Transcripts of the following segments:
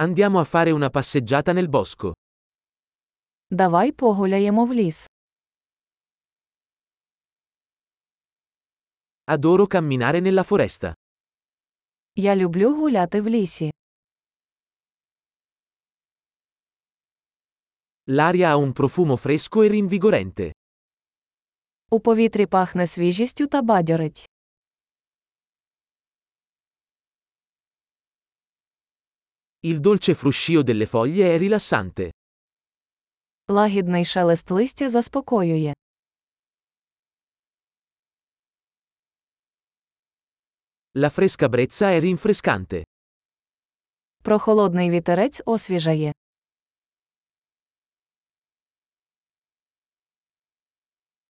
Andiamo a fare una passeggiata nel bosco. Давай погуляємо в ліс. Adoro camminare nella foresta. Я люблю гуляти в лісі. L'aria ha un profumo fresco e rinvigorente. У повітрі пахне свіжістю та бадьорить. Il dolce fruscio delle foglie è rilassante. Лагідний шелест листя заспокоює. La fresca brezza è rinfrescante. Прохолодний вітерець освіжає.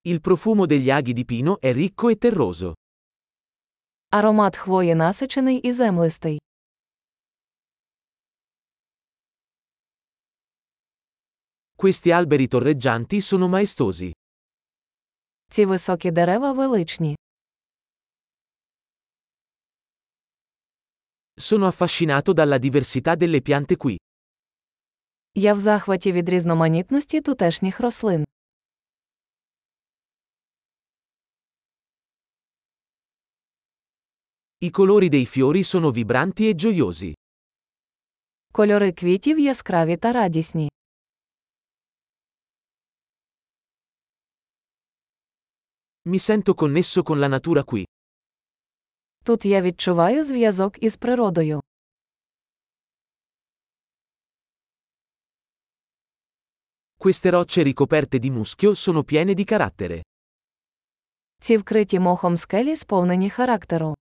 Il profumo degli aghi di pino è ricco e terroso. Аромат хвої насичений і землистий. Questi alberi torreggianti sono maestosi. Ці високі дерева величні. Sono affascinato dalla diversità delle piante qui. Я в захваті від різноманітності тутешніх рослин. I colori dei fiori sono vibranti e gioiosi. Кольори квітів яскраві та радісні. Mi sento connesso con la natura qui. Тут я відчуваю зв'язок із природою. Queste rocce ricoperte di muschio sono piene di carattere. Ці вкриті мохом скелі сповнені характеру.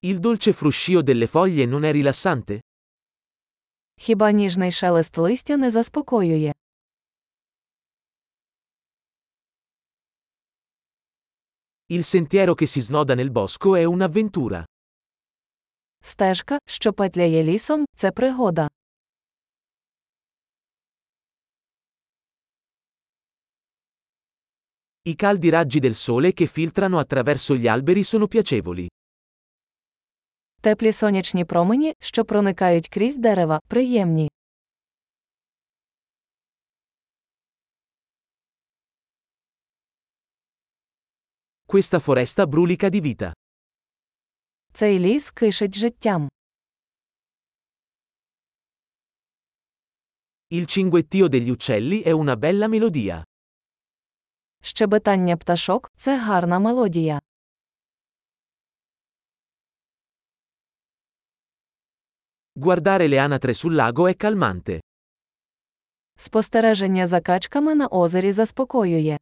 Il dolce fruscio delle foglie non è rilassante? Хіба ніжний шелест листя не заспокоює? Il sentiero che si snoda nel bosco è un'avventura. Стежка, що петляє лісом, це пригода. I caldi raggi del sole che filtrano attraverso gli alberi sono piacevoli. Теплі сонячні промені, що проникають крізь дерева, приємні. Questa foresta brulica di vita. Цей ліс кишить життям. Il cinguettio degli uccelli è una bella melodia. Щебетання пташок це гарна мелодія. Guardare le anatre sul lago è calmante. Спостереження за качками на озері заспокоює.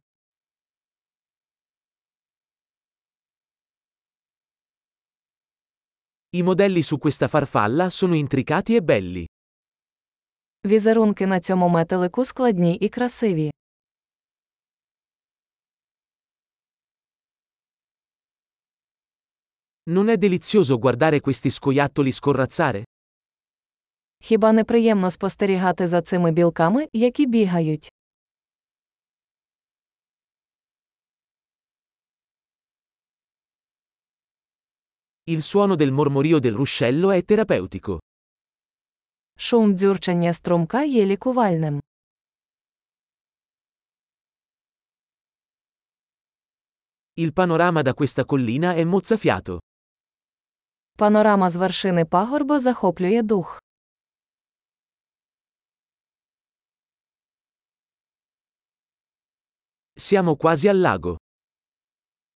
I modelli su questa farfalla sono intricati e belli. Візерунки на цьому метелику складні і красиві. Non è delizioso guardare questi scoiattoli scorrazzare? Хіба не приємно спостерігати за цими білками, які бігають? Il suono del mormorio del ruscello è terapeutico. Шум дзюрчання струмка є лікувальним. Il panorama da questa collina è mozzafiato. Панорама з вершини пагорба захоплює дух. Siamo quasi al lago.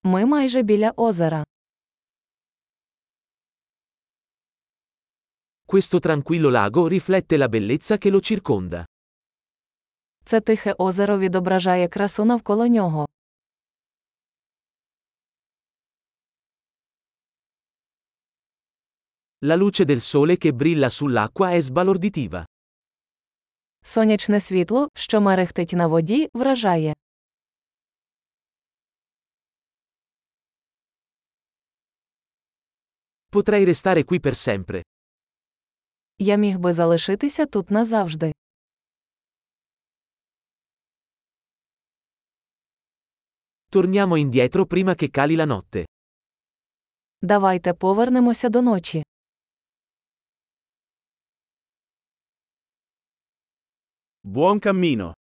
Ми майже біля озера. Questo tranquillo lago riflette la bellezza che lo circonda. Це тихе озеро відображає красу навколо нього. La luce del sole che brilla sull'acqua è sbalorditiva. Сонячне світло, що мерехтить на воді, вражає. Potrei restare qui per sempre. Я міг би залишитися тут назавжди. Torniamo indietro prima che cali la notte. Давайте повернемося до ночі. Buon cammino!